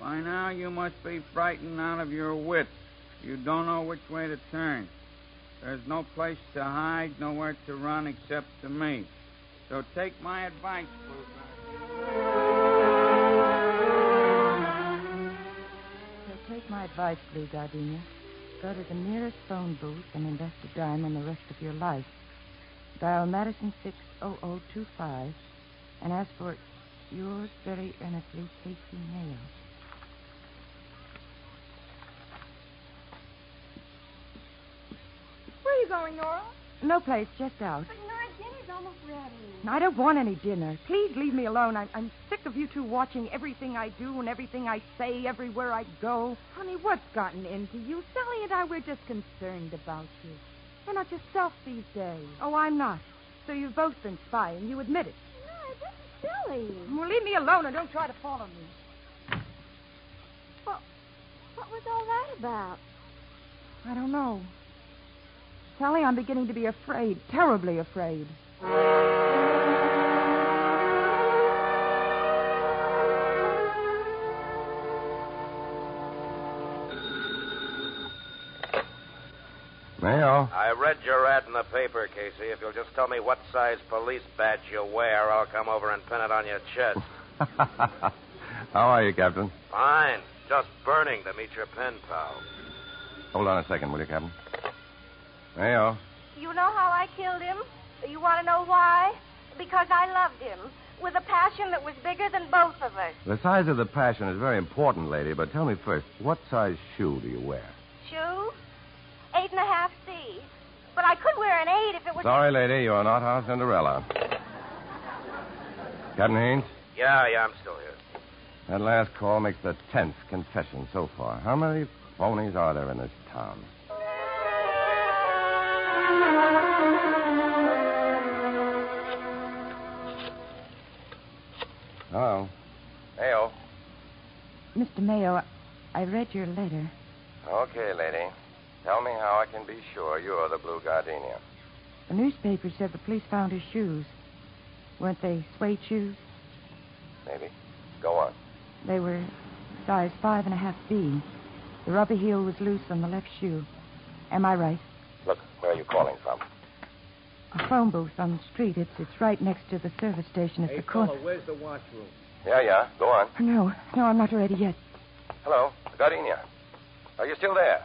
Speaker 20: By now, you must be frightened out of your wits. You don't know which way to turn. There's no place to hide, nowhere to run except to me. So take my advice,
Speaker 21: So take my advice, Blue Gardenia. Go to the nearest phone booth and invest a dime on the rest of your life. Dial Madison 60025 and ask for yours very earnestly, Casey Mayo.
Speaker 6: Where are you going, Nora?
Speaker 5: No place, just out.
Speaker 6: But Nora, dinner's almost ready.
Speaker 5: I don't want any dinner. Please leave me alone. I'm, I'm sick of you two watching everything I do and everything I say everywhere I go. Honey, what's gotten into you? Sally and I, we're just concerned about you. You're not yourself these days. Oh, I'm not. So you've both been spying. You admit it.
Speaker 6: Nora, this is silly.
Speaker 5: Well, leave me alone and don't try to follow me.
Speaker 6: Well, what was all that about?
Speaker 5: I don't know. Sally, I'm beginning to be afraid, terribly afraid.
Speaker 4: Mayo.
Speaker 14: I read your ad in the paper, Casey. If you'll just tell me what size police badge you wear, I'll come over and pin it on your chest.
Speaker 4: How are you, Captain?
Speaker 14: Fine. Just burning to meet your pen pal.
Speaker 4: Hold on a second, will you, Captain? Mayo.
Speaker 6: You know how I killed him? You want to know why? Because I loved him with a passion that was bigger than both of us.
Speaker 4: The size of the passion is very important, lady, but tell me first, what size shoe do you wear?
Speaker 6: Shoe? Eight and a half C. But I could wear an eight if it was.
Speaker 4: Sorry, lady, you are not our Cinderella. Captain Haynes,
Speaker 14: Yeah, yeah, I'm still here.
Speaker 4: that last call makes the tenth confession so far. How many phonies are there in this town? Hello. Mayo.
Speaker 21: Mr. Mayo, I read your letter.
Speaker 4: Okay, lady. Tell me how I can be sure you're the Blue Gardenia.
Speaker 21: The newspaper said the police found her shoes. Weren't they suede shoes?
Speaker 4: Maybe. Go on.
Speaker 21: They were size five and a half B. The rubber heel was loose on the left shoe. Am I right?
Speaker 4: Look, where are you calling from?
Speaker 21: A phone booth on the street. It's it's right next to the service station at the corner.
Speaker 20: where's the washroom?
Speaker 4: Yeah, yeah. Go on.
Speaker 21: No, no, I'm not ready yet.
Speaker 4: Hello, Gardenia. Are you still there?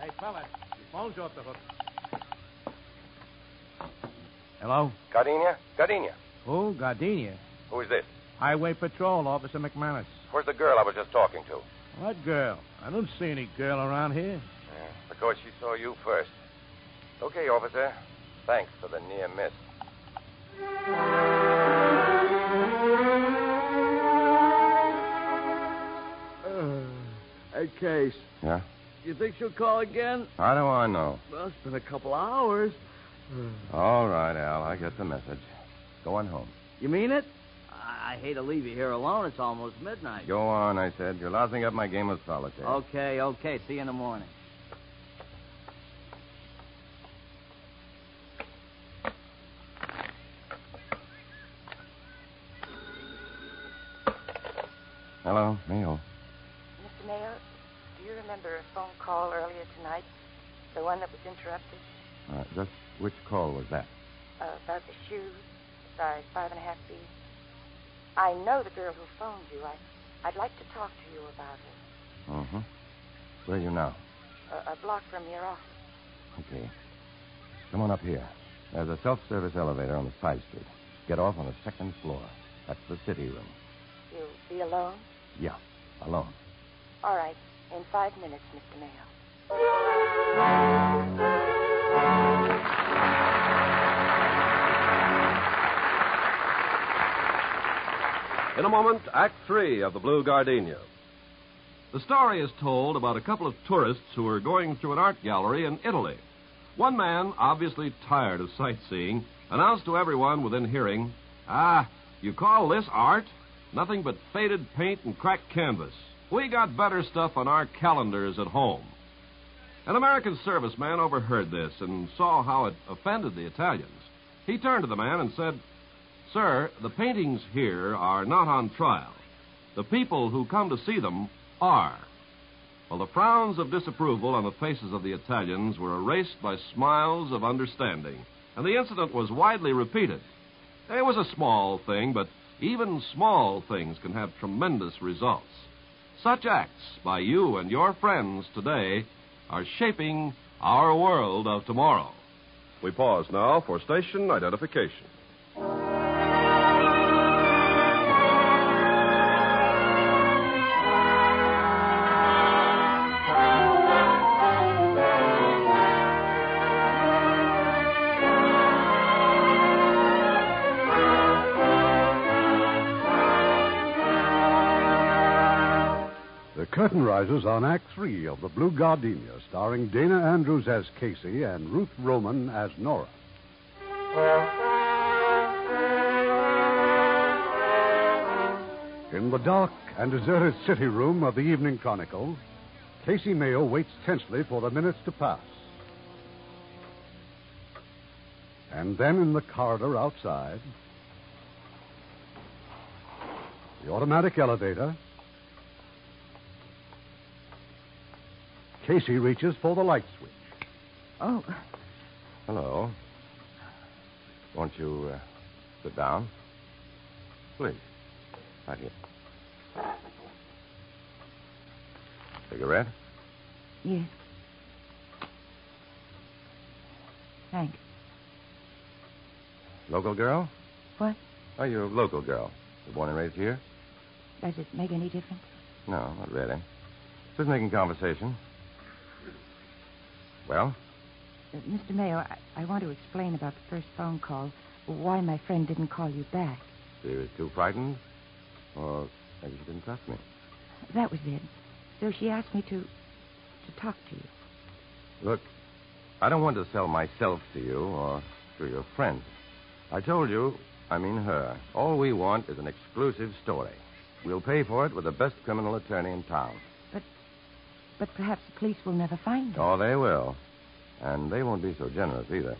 Speaker 20: Hey, fella, your phone's off the hook.
Speaker 3: Hello?
Speaker 4: Gardenia? Gardenia.
Speaker 19: Oh,
Speaker 3: Who? Gardenia.
Speaker 4: Who is this?
Speaker 3: Highway Patrol, Officer McManus.
Speaker 4: Where's the girl I was just talking to?
Speaker 3: What girl? I don't see any girl around here.
Speaker 4: Yeah, because she saw you first. Okay, officer. Thanks for the near miss.
Speaker 2: hey, Case.
Speaker 4: Yeah?
Speaker 2: You think she'll call again?
Speaker 4: How do I know?
Speaker 2: Well, it's been a couple hours.
Speaker 4: All right, Al. I get the message. Go on home.
Speaker 18: You mean it? I, I hate to leave you here alone. It's almost midnight.
Speaker 4: Go on, I said. You're lousing up my game of solitaire.
Speaker 18: Okay, okay. See you in the morning.
Speaker 4: Hello, Mayo.
Speaker 6: Mr. Mayor, do you remember a phone call earlier tonight? The one that was interrupted?
Speaker 4: Uh, just which call was that?
Speaker 22: Uh, about the shoes, size five and a half B. I know the girl who phoned you. I, I'd like to talk to you about her.
Speaker 4: Mm-hmm. Where are you now?
Speaker 22: Uh, a block from your office.
Speaker 4: Okay. Come on up here. There's a self-service elevator on the side street. Get off on the second floor. That's the city room.
Speaker 22: You'll be alone?
Speaker 4: Yeah, alone.
Speaker 22: All right. In five minutes, Mr. Mayo.
Speaker 1: In a moment, Act Three of The Blue Gardenia. The story is told about a couple of tourists who are going through an art gallery in Italy. One man, obviously tired of sightseeing, announced to everyone within hearing Ah, you call this art? Nothing but faded paint and cracked canvas. We got better stuff on our calendars at home. An American serviceman overheard this and saw how it offended the Italians. He turned to the man and said, Sir, the paintings here are not on trial. The people who come to see them are. Well, the frowns of disapproval on the faces of the Italians were erased by smiles of understanding, and the incident was widely repeated. It was a small thing, but even small things can have tremendous results. Such acts by you and your friends today are shaping our world of tomorrow. We pause now for station identification.
Speaker 2: The curtain rises on Act Three of The Blue Gardenia, starring Dana Andrews as Casey and Ruth Roman as Nora. In the dark and deserted city room of the Evening Chronicle, Casey Mayo waits tensely for the minutes to pass. And then in the corridor outside, the automatic elevator, Casey reaches for the light switch.
Speaker 5: Oh,
Speaker 4: Hello. Won't you uh, sit down? Please. Right here. Cigarette?
Speaker 5: yes. Thanks.
Speaker 4: Local girl?
Speaker 5: What?
Speaker 4: Are you a local girl? You born and raised here?
Speaker 5: Does it make any difference?
Speaker 4: No, not really. Just making conversation. Well?
Speaker 5: Uh, Mr. Mayo, I, I want to explain about the first phone call, why my friend didn't call you back.
Speaker 4: She was too frightened? Or maybe she didn't trust me.
Speaker 5: That was it. So she asked me to to talk to you.
Speaker 4: Look, I don't want to sell myself to you or to your friends. I told you, I mean her, all we want is an exclusive story. We'll pay for it with the best criminal attorney in town.
Speaker 5: But perhaps the police will never find her.
Speaker 4: Oh, they will. And they won't be so generous either.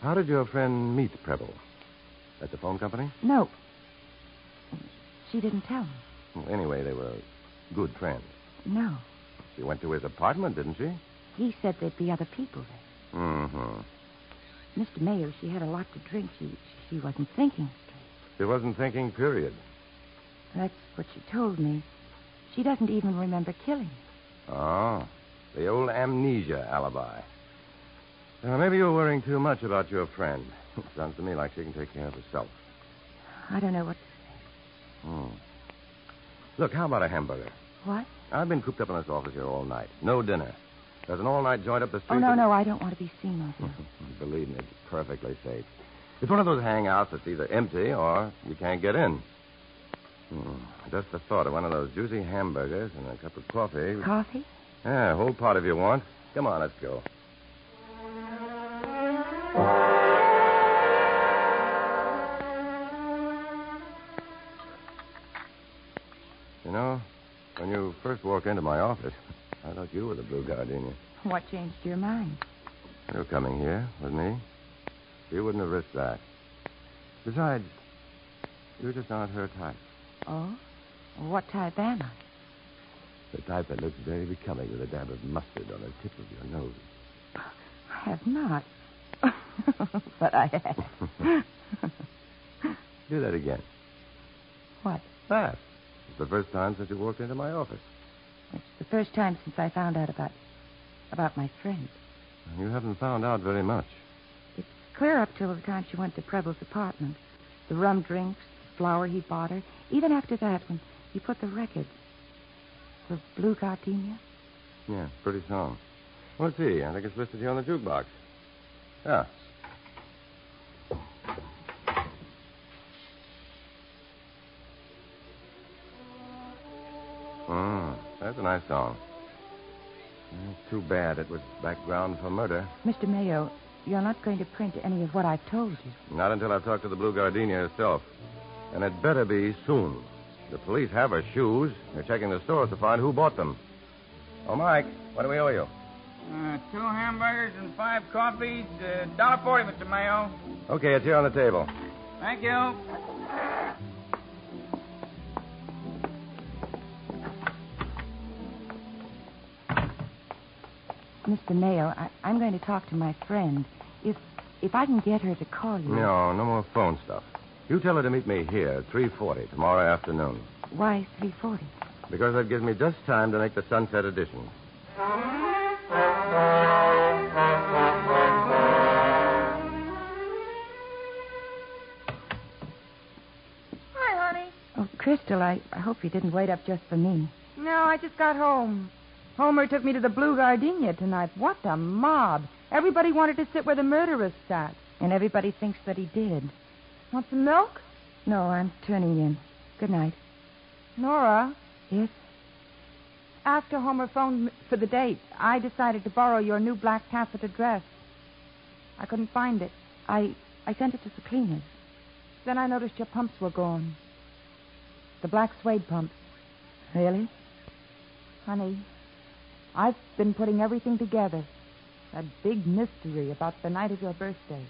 Speaker 4: How did your friend meet Preble? At the phone company?
Speaker 5: No. She didn't tell me.
Speaker 4: Well, Anyway, they were good friends.
Speaker 5: No.
Speaker 4: She went to his apartment, didn't she?
Speaker 5: He said there'd be other people there.
Speaker 4: Mm-hmm.
Speaker 5: Mr. Mayo, she had a lot to drink. She she wasn't thinking.
Speaker 4: She wasn't thinking, period.
Speaker 5: That's what she told me. She doesn't even remember killing.
Speaker 4: Oh, the old amnesia alibi. Now, maybe you're worrying too much about your friend. Sounds to me like she can take care of herself.
Speaker 5: I don't know what
Speaker 4: Hmm. Look, how about a hamburger?
Speaker 5: what.
Speaker 4: I've been cooped up in this office here all night. No dinner. There's an all-night joint up the street.
Speaker 5: Oh no,
Speaker 4: that-
Speaker 5: no, I don't want to be seen with you.
Speaker 4: Believe me, it's perfectly safe. It's one of those hangouts that's either empty or you can't get in. Hmm. Just the thought of one of those juicy hamburgers and a cup of coffee.
Speaker 5: Coffee?
Speaker 4: Yeah, a whole pot if you want. Come on, let's go. You know, when you first walked into my office, I thought you were the blue gardenia.
Speaker 5: What changed your mind?
Speaker 4: You're coming here with me. You wouldn't have risked that. Besides, you just aren't her type.
Speaker 5: Oh? What type am I?
Speaker 4: The type that looks very becoming with a dab of mustard on the tip of your nose.
Speaker 5: have not. but I have.
Speaker 4: Do that again.
Speaker 5: what?
Speaker 4: That. It's the first time since you walked into my office.
Speaker 5: The first time since I found out about about my friend.
Speaker 4: You haven't found out very much.
Speaker 5: Clear up till the time she went to Preble's apartment. The rum drinks, the flour he bought her. Even after that, when he put the records. The blue gardenia.
Speaker 4: Yeah, pretty song. Well, let's see. I think it's listed here on the jukebox. Yeah. Mm, that's a nice song. Mm, Too bad it was background for murder.
Speaker 5: Mr. Mayo, you're not going to print any of what I've told you.
Speaker 4: Not until I've talked to the Blue Gardenia herself. And it better be soon. The police have her shoes. They're checking the stores to find who bought them. Oh, Mike, what do we owe you?
Speaker 20: Uh, two hamburgers and five coffees. Uh, Dollar forty, Mr. Mayo.
Speaker 4: Okay, it's here on the table.
Speaker 20: Thank you.
Speaker 5: Mr. Mayo, I, I'm going to talk to my friend. If if I can get her to call you.
Speaker 4: No, no more phone stuff. You tell her to meet me here at 3.40 tomorrow afternoon.
Speaker 5: Why 340?
Speaker 4: Because that gives me just time to make the sunset edition.
Speaker 10: Hi, honey.
Speaker 5: Oh, Crystal, I, I hope you didn't wait up just for me.
Speaker 10: No, I just got home. Homer took me to the Blue Gardenia tonight. What a mob. Everybody wanted to sit where the murderess sat.
Speaker 5: And everybody thinks that he did.
Speaker 10: Want some milk?
Speaker 5: No, I'm turning in. Good night.
Speaker 10: Nora,
Speaker 5: Yes?
Speaker 10: after Homer phoned m- for the date, I decided to borrow your new black taffeta dress. I couldn't find it.
Speaker 5: I, I sent it to the cleaners.
Speaker 10: Then I noticed your pumps were gone. The black suede pumps.
Speaker 5: Really?
Speaker 10: Honey, I've been putting everything together. That big mystery about the night of your birthday.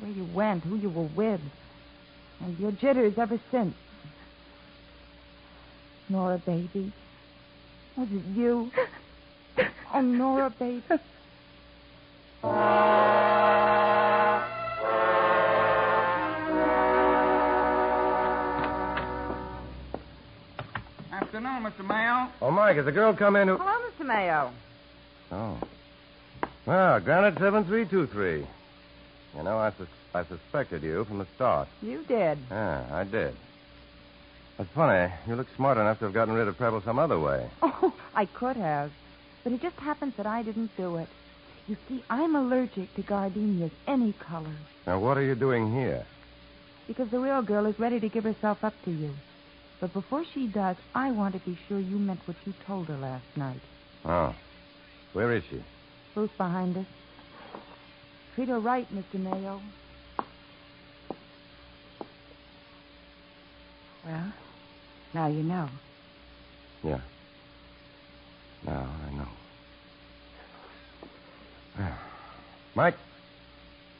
Speaker 10: Where you went, who you were with. And your jitters ever since. Nora, baby. Was it you? Oh, Nora, baby.
Speaker 20: Afternoon, Mr. Mayo.
Speaker 4: Oh, Mike, has a girl come in who...
Speaker 10: Hello, Mr. Mayo.
Speaker 4: Oh. Well, Granite 7323. You know, I, sus- I suspected you from the start.
Speaker 10: You did.
Speaker 4: Yeah, I did. That's funny. You look smart enough to have gotten rid of Pebble some other way.
Speaker 10: Oh, I could have. But it just happens that I didn't do it. You see, I'm allergic to gardenias any color
Speaker 4: Now, what are you doing here?
Speaker 10: because the real girl is ready to give herself up to you. But before she does, I want to be sure you meant what you told her last night.
Speaker 4: Oh. Where is she?
Speaker 10: Ruth behind us. Treat her right, Mr. Mayo.
Speaker 5: Well, now you know.
Speaker 4: Yeah. Now I know. Well, Mike,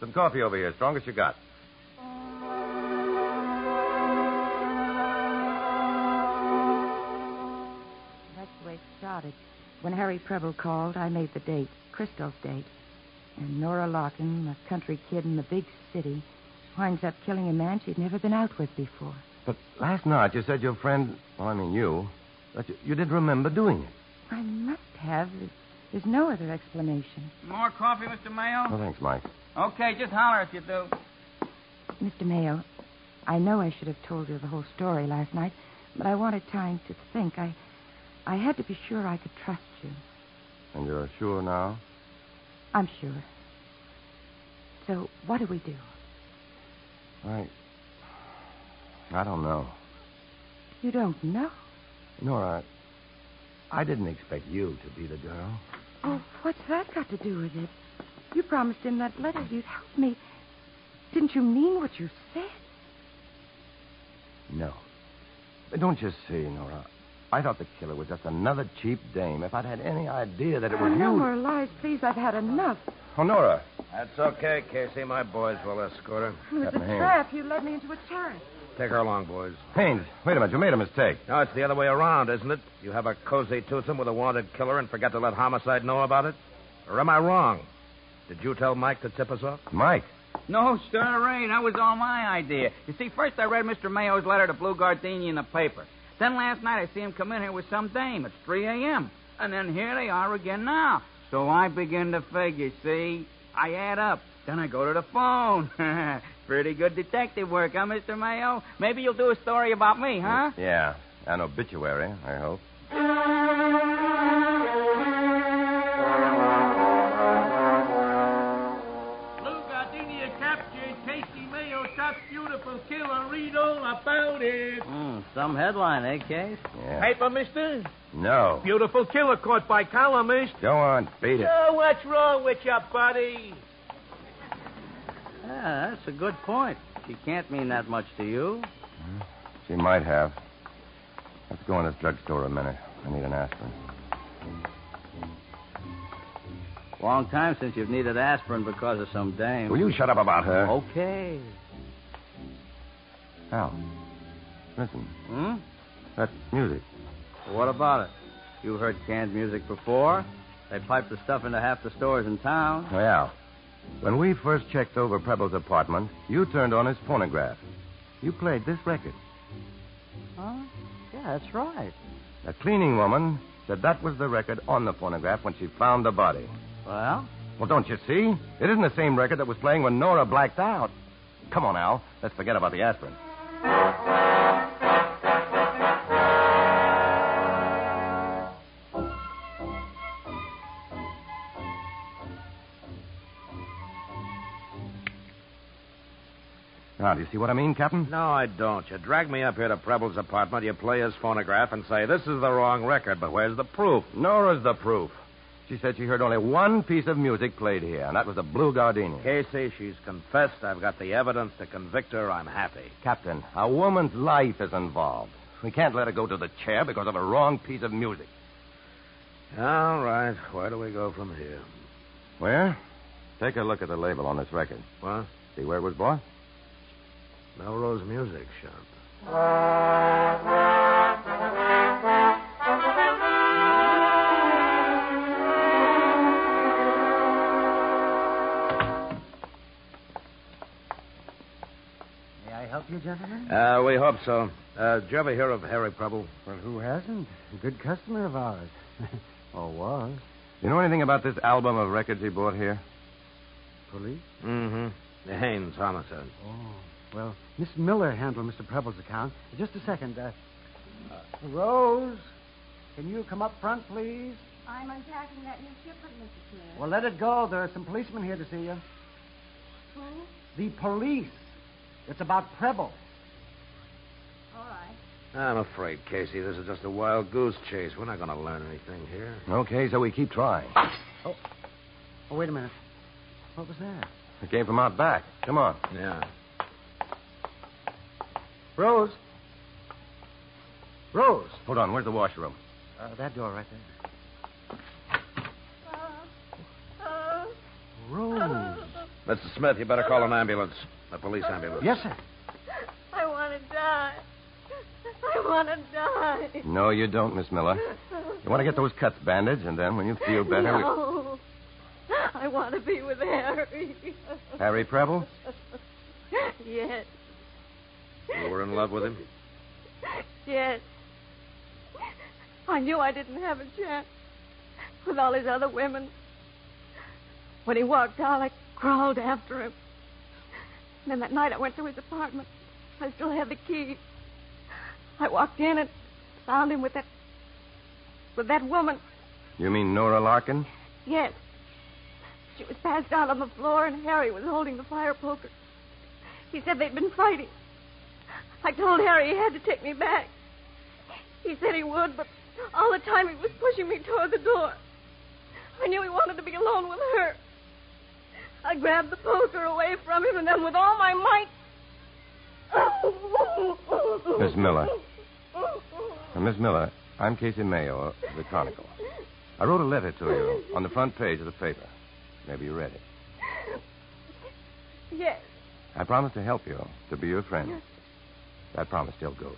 Speaker 4: some coffee over here, strongest you got.
Speaker 5: That's the way it started. When Harry Preble called, I made the date, Crystal's date. And Nora Larkin, a country kid in the big city, winds up killing a man she'd never been out with before.
Speaker 4: But last night you said your friend, well, I mean you, that you, you did remember doing it.
Speaker 5: I must have. There's- There's no other explanation.
Speaker 20: More coffee, Mr.
Speaker 4: Well,
Speaker 5: Oh,
Speaker 20: Mayo?
Speaker 4: thanks, Mike.
Speaker 20: Okay, just holler if you do.
Speaker 5: Mr. Mayo, I know I should have told you the whole story last night, but I wanted time to think. I, I had to be sure I could trust you.
Speaker 4: And you're sure now?
Speaker 5: I'm sure. So, what do we do?
Speaker 4: I. I don't know.
Speaker 5: You don't know.
Speaker 4: Nora, I didn't expect you to be the girl.
Speaker 5: Oh, what's that got to do with it? You promised in that letter you'd help me. Didn't you mean what you said?
Speaker 4: No. But don't you see, Nora? I thought the killer was just another cheap dame. If I'd had any idea that it was
Speaker 5: oh,
Speaker 4: you.
Speaker 5: no more lies, please. I've had enough.
Speaker 4: Oh, Nora.
Speaker 14: That's okay, Casey. My boys will escort her.
Speaker 5: It was a trap. You led me into a turret.
Speaker 14: Take her along, boys.
Speaker 4: Haynes, wait a minute. You made a mistake.
Speaker 14: No, it's the other way around, isn't it? You have a cozy twosome with a wanted killer and forget to let homicide know about it? Or am I wrong? Did you tell Mike to tip us off?
Speaker 4: Mike.
Speaker 20: No, sir, Ray, that was all my idea. You see, first I read Mr. Mayo's letter to Blue Gardenia in the paper. Then last night I see him come in here with some dame. It's 3 a.m. And then here they are again now. So I begin to figure, see? I add up. Then I go to the phone. Pretty good detective work, huh, Mr. Mayo? Maybe you'll do a story about me, huh?
Speaker 4: Yeah, an obituary, I hope.
Speaker 23: Blue Gardenia captured Casey Mayo, shot beautiful killer. Read all about it.
Speaker 18: Hmm, some headline, eh, Case?
Speaker 23: Paper, mister?
Speaker 4: No.
Speaker 23: Beautiful killer caught by columnist.
Speaker 4: Go on, beat it.
Speaker 23: Oh, what's wrong with you, buddy?
Speaker 18: Yeah, that's a good point. She can't mean that much to you.
Speaker 4: She might have. Let's go in this drugstore a minute. I need an aspirin.
Speaker 18: Long time since you've needed aspirin because of some dame.
Speaker 4: Will you shut up about her?
Speaker 18: Okay.
Speaker 4: Al, listen.
Speaker 18: Hmm?
Speaker 4: That music.
Speaker 18: What about it? You heard canned music before. They pipe the stuff into half the stores in town.
Speaker 4: Well, when we first checked over Preble's apartment, you turned on his phonograph. You played this record.
Speaker 18: Huh? Yeah, that's right.
Speaker 4: A cleaning woman said that was the record on the phonograph when she found the body.
Speaker 18: Well?
Speaker 4: Well, don't you see? It isn't the same record that was playing when Nora blacked out. Come on, Al. Let's forget about the aspirin. Now, do you see what I mean, Captain?
Speaker 14: No, I don't. You drag me up here to Preble's apartment, you play his phonograph, and say, this is the wrong record, but where's the proof?
Speaker 4: Nora's the proof. She said she heard only one piece of music played here, and that was the Blue Gardenia.
Speaker 14: Casey, she's confessed. I've got the evidence to convict her. I'm happy.
Speaker 4: Captain, a woman's life is involved. We can't let her go to the chair because of a wrong piece of music.
Speaker 14: All right. Where do we go from here?
Speaker 4: Where? Take a look at the label on this record.
Speaker 14: What?
Speaker 4: See where it was bought?
Speaker 14: Melrose Music Shop.
Speaker 3: May I help you, gentlemen?
Speaker 14: Uh, we hope so. Uh, did you ever hear of Harry Preble?
Speaker 3: Well, who hasn't? A good customer of ours. or was.
Speaker 4: You know anything about this album of records he bought here?
Speaker 3: Police?
Speaker 14: Mm-hmm. The Haynes homicide.
Speaker 3: Oh. Well, Miss Miller handled Mr. Preble's account. Just a second. Uh, uh, Rose, can you come up front, please?
Speaker 24: I'm unpacking that new shipment, Mrs. Smith.
Speaker 3: Well, let it go. There are some policemen here to see you.
Speaker 24: Who?
Speaker 3: The police. It's about Preble.
Speaker 24: All right.
Speaker 14: I'm afraid, Casey, this is just a wild goose chase. We're not going to learn anything here.
Speaker 4: Okay, so we keep trying.
Speaker 3: Oh, wait a minute. What was that?
Speaker 4: It came from out back. Come on.
Speaker 14: Yeah.
Speaker 3: Rose. Rose.
Speaker 4: Hold on. Where's the washroom?
Speaker 3: Uh, that door right there. Rose.
Speaker 14: Mr. Smith, you better call an ambulance. A police ambulance.
Speaker 3: Hmm. Yes, sir.
Speaker 6: I want to die. I want to die.
Speaker 4: No, you don't, Miss Miller. You want to get those cuts bandaged, and then when you feel better. we-
Speaker 6: No. I want to be with Harry.
Speaker 4: Harry Preble?
Speaker 6: Yes,
Speaker 14: You were in love with him?
Speaker 6: yes. I knew I didn't have a chance with all his other women. When he walked out, I crawled after him. And then that night I went to his apartment. I still had the key. I walked in and found him with that with that woman.
Speaker 4: You mean Nora Larkin?
Speaker 6: Yes. She was passed out on the floor, and Harry was holding the fire poker. He said they'd been fighting. I told Harry he had to take me back. He said he would, but all the time he was pushing me toward the door. I knew he wanted to be alone with her. I grabbed the poker away from him, and then with all my might.
Speaker 4: Miss Miller. Now, Miss Miller, I'm Casey Mayo of the Chronicle. I wrote a letter to you on the front page of the paper. Maybe you read it.
Speaker 6: Yes.
Speaker 4: I promised to help you, to be your friend. That promise still goes.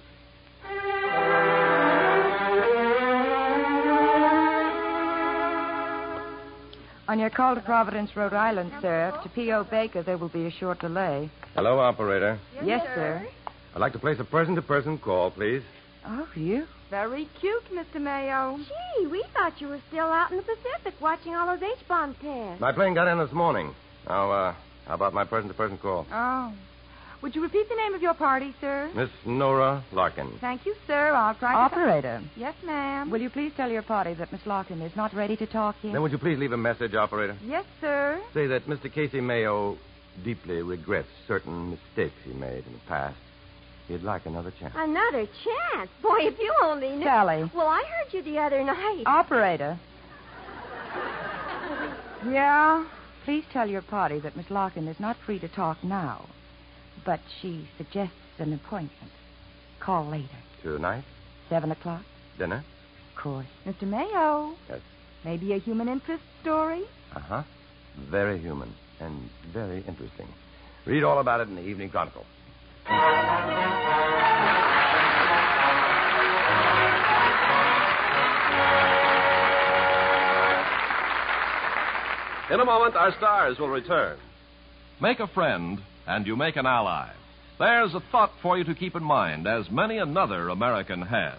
Speaker 5: On your call to Providence, Rhode Island, sir, to P.O. Baker, there will be a short delay.
Speaker 4: Hello, operator.
Speaker 5: Yes, sir.
Speaker 4: I'd like to place a person-to-person call, please.
Speaker 5: Oh, you?
Speaker 6: Very cute, Mr. Mayo. Gee, we thought you were still out in the Pacific watching all those H-bomb tests.
Speaker 4: My plane got in this morning. Now, uh, how about my person-to-person call?
Speaker 10: Oh. Would you repeat the name of your party, sir?
Speaker 4: Miss Nora Larkin.
Speaker 10: Thank you, sir. I'll try to...
Speaker 5: Operator.
Speaker 10: Yes, ma'am.
Speaker 5: Will you please tell your party that Miss Larkin is not ready to talk yet?
Speaker 4: Then would you please leave a message, operator?
Speaker 10: Yes, sir.
Speaker 4: Say that Mr. Casey Mayo deeply regrets certain mistakes he made in the past. He'd like another chance.
Speaker 6: Another chance. Boy, if you only knew.
Speaker 5: Sally.
Speaker 6: Well, I heard you the other night.
Speaker 5: Operator. Yeah? Please tell your party that Miss Larkin is not free to talk now, but she suggests an appointment. Call later.
Speaker 4: Tonight?
Speaker 5: Seven o'clock?
Speaker 4: Dinner?
Speaker 5: Of course.
Speaker 10: Mr. Mayo.
Speaker 4: Yes.
Speaker 10: Maybe a human interest story?
Speaker 4: Uh-huh. Very human and very interesting. Read all about it in the Evening Chronicle.
Speaker 1: In a moment, our stars will return. Make a friend, and you make an ally. There's a thought for you to keep in mind, as many another American has.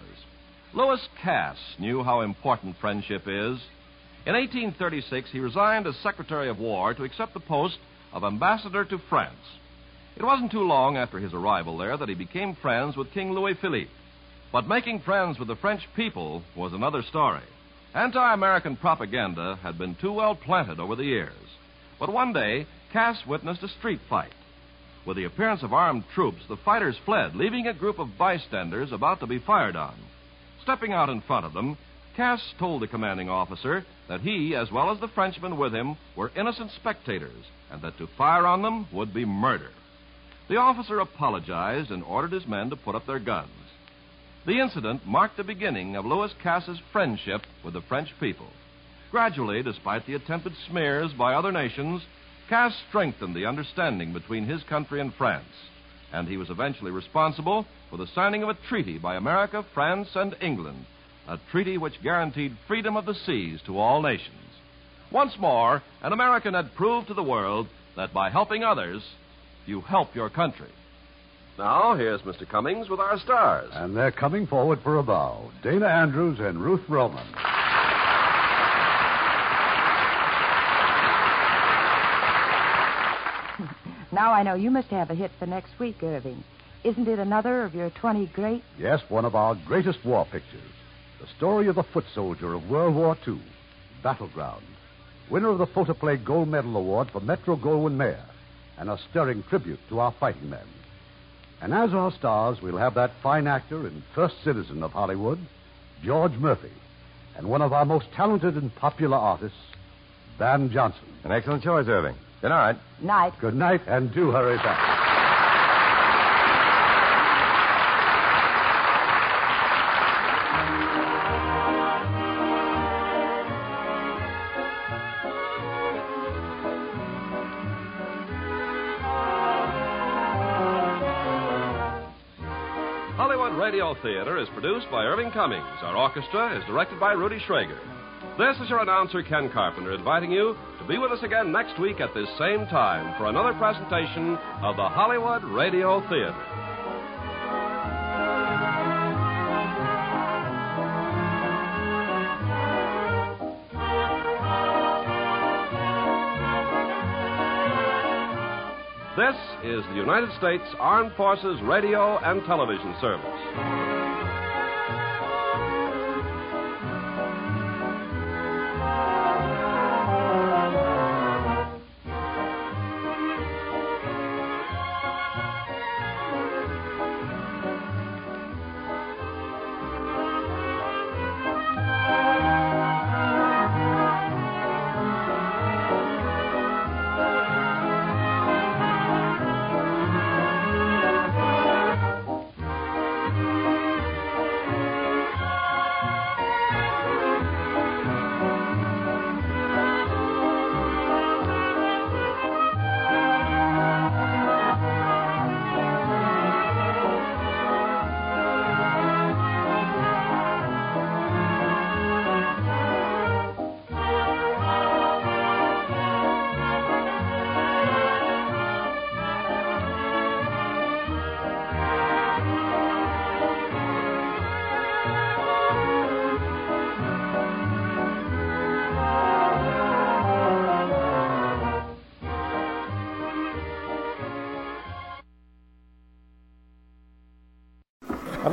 Speaker 1: Lewis Cass knew how important friendship is. In 1836, he resigned as Secretary of War to accept the post of Ambassador to France. It wasn't too long after his arrival there that he became friends with King Louis Philippe. But making friends with the French people was another story. Anti American propaganda had been too well planted over the years. But one day, Cass witnessed a street fight. With the appearance of armed troops, the fighters fled, leaving a group of bystanders about to be fired on. Stepping out in front of them, Cass told the commanding officer that he, as well as the Frenchmen with him, were innocent spectators, and that to fire on them would be murder. The officer apologized and ordered his men to put up their guns. The incident marked the beginning of Louis Cass's friendship with the French people. Gradually, despite the attempted smears by other nations, Cass strengthened the understanding between his country and France, and he was eventually responsible for the signing of a treaty by America, France, and England, a treaty which guaranteed freedom of the seas to all nations. Once more, an American had proved to the world that by helping others, you help your country. Now, here's Mr. Cummings with our stars.
Speaker 2: And they're coming forward for a bow. Dana Andrews and Ruth Roman.
Speaker 5: Now I know you must have a hit for next week, Irving. Isn't it another of your 20 great?
Speaker 2: Yes, one of our greatest war pictures. The story of the foot soldier of World War II, Battleground. Winner of the Photoplay Gold Medal Award for Metro Goldwyn Mayer, and a stirring tribute to our fighting men. And as our stars, we'll have that fine actor and first citizen of Hollywood, George Murphy, and one of our most talented and popular artists, Van Johnson.
Speaker 4: An excellent choice, Irving. Good night.
Speaker 5: Night.
Speaker 2: Good night, and do hurry back.
Speaker 1: Hollywood Radio Theater is produced by Irving Cummings. Our orchestra is directed by Rudy Schrager. This is your announcer, Ken Carpenter, inviting you to be with us again next week at this same time for another presentation of the Hollywood Radio Theater. This is the United States Armed Forces Radio and Television Service.
Speaker 7: I'd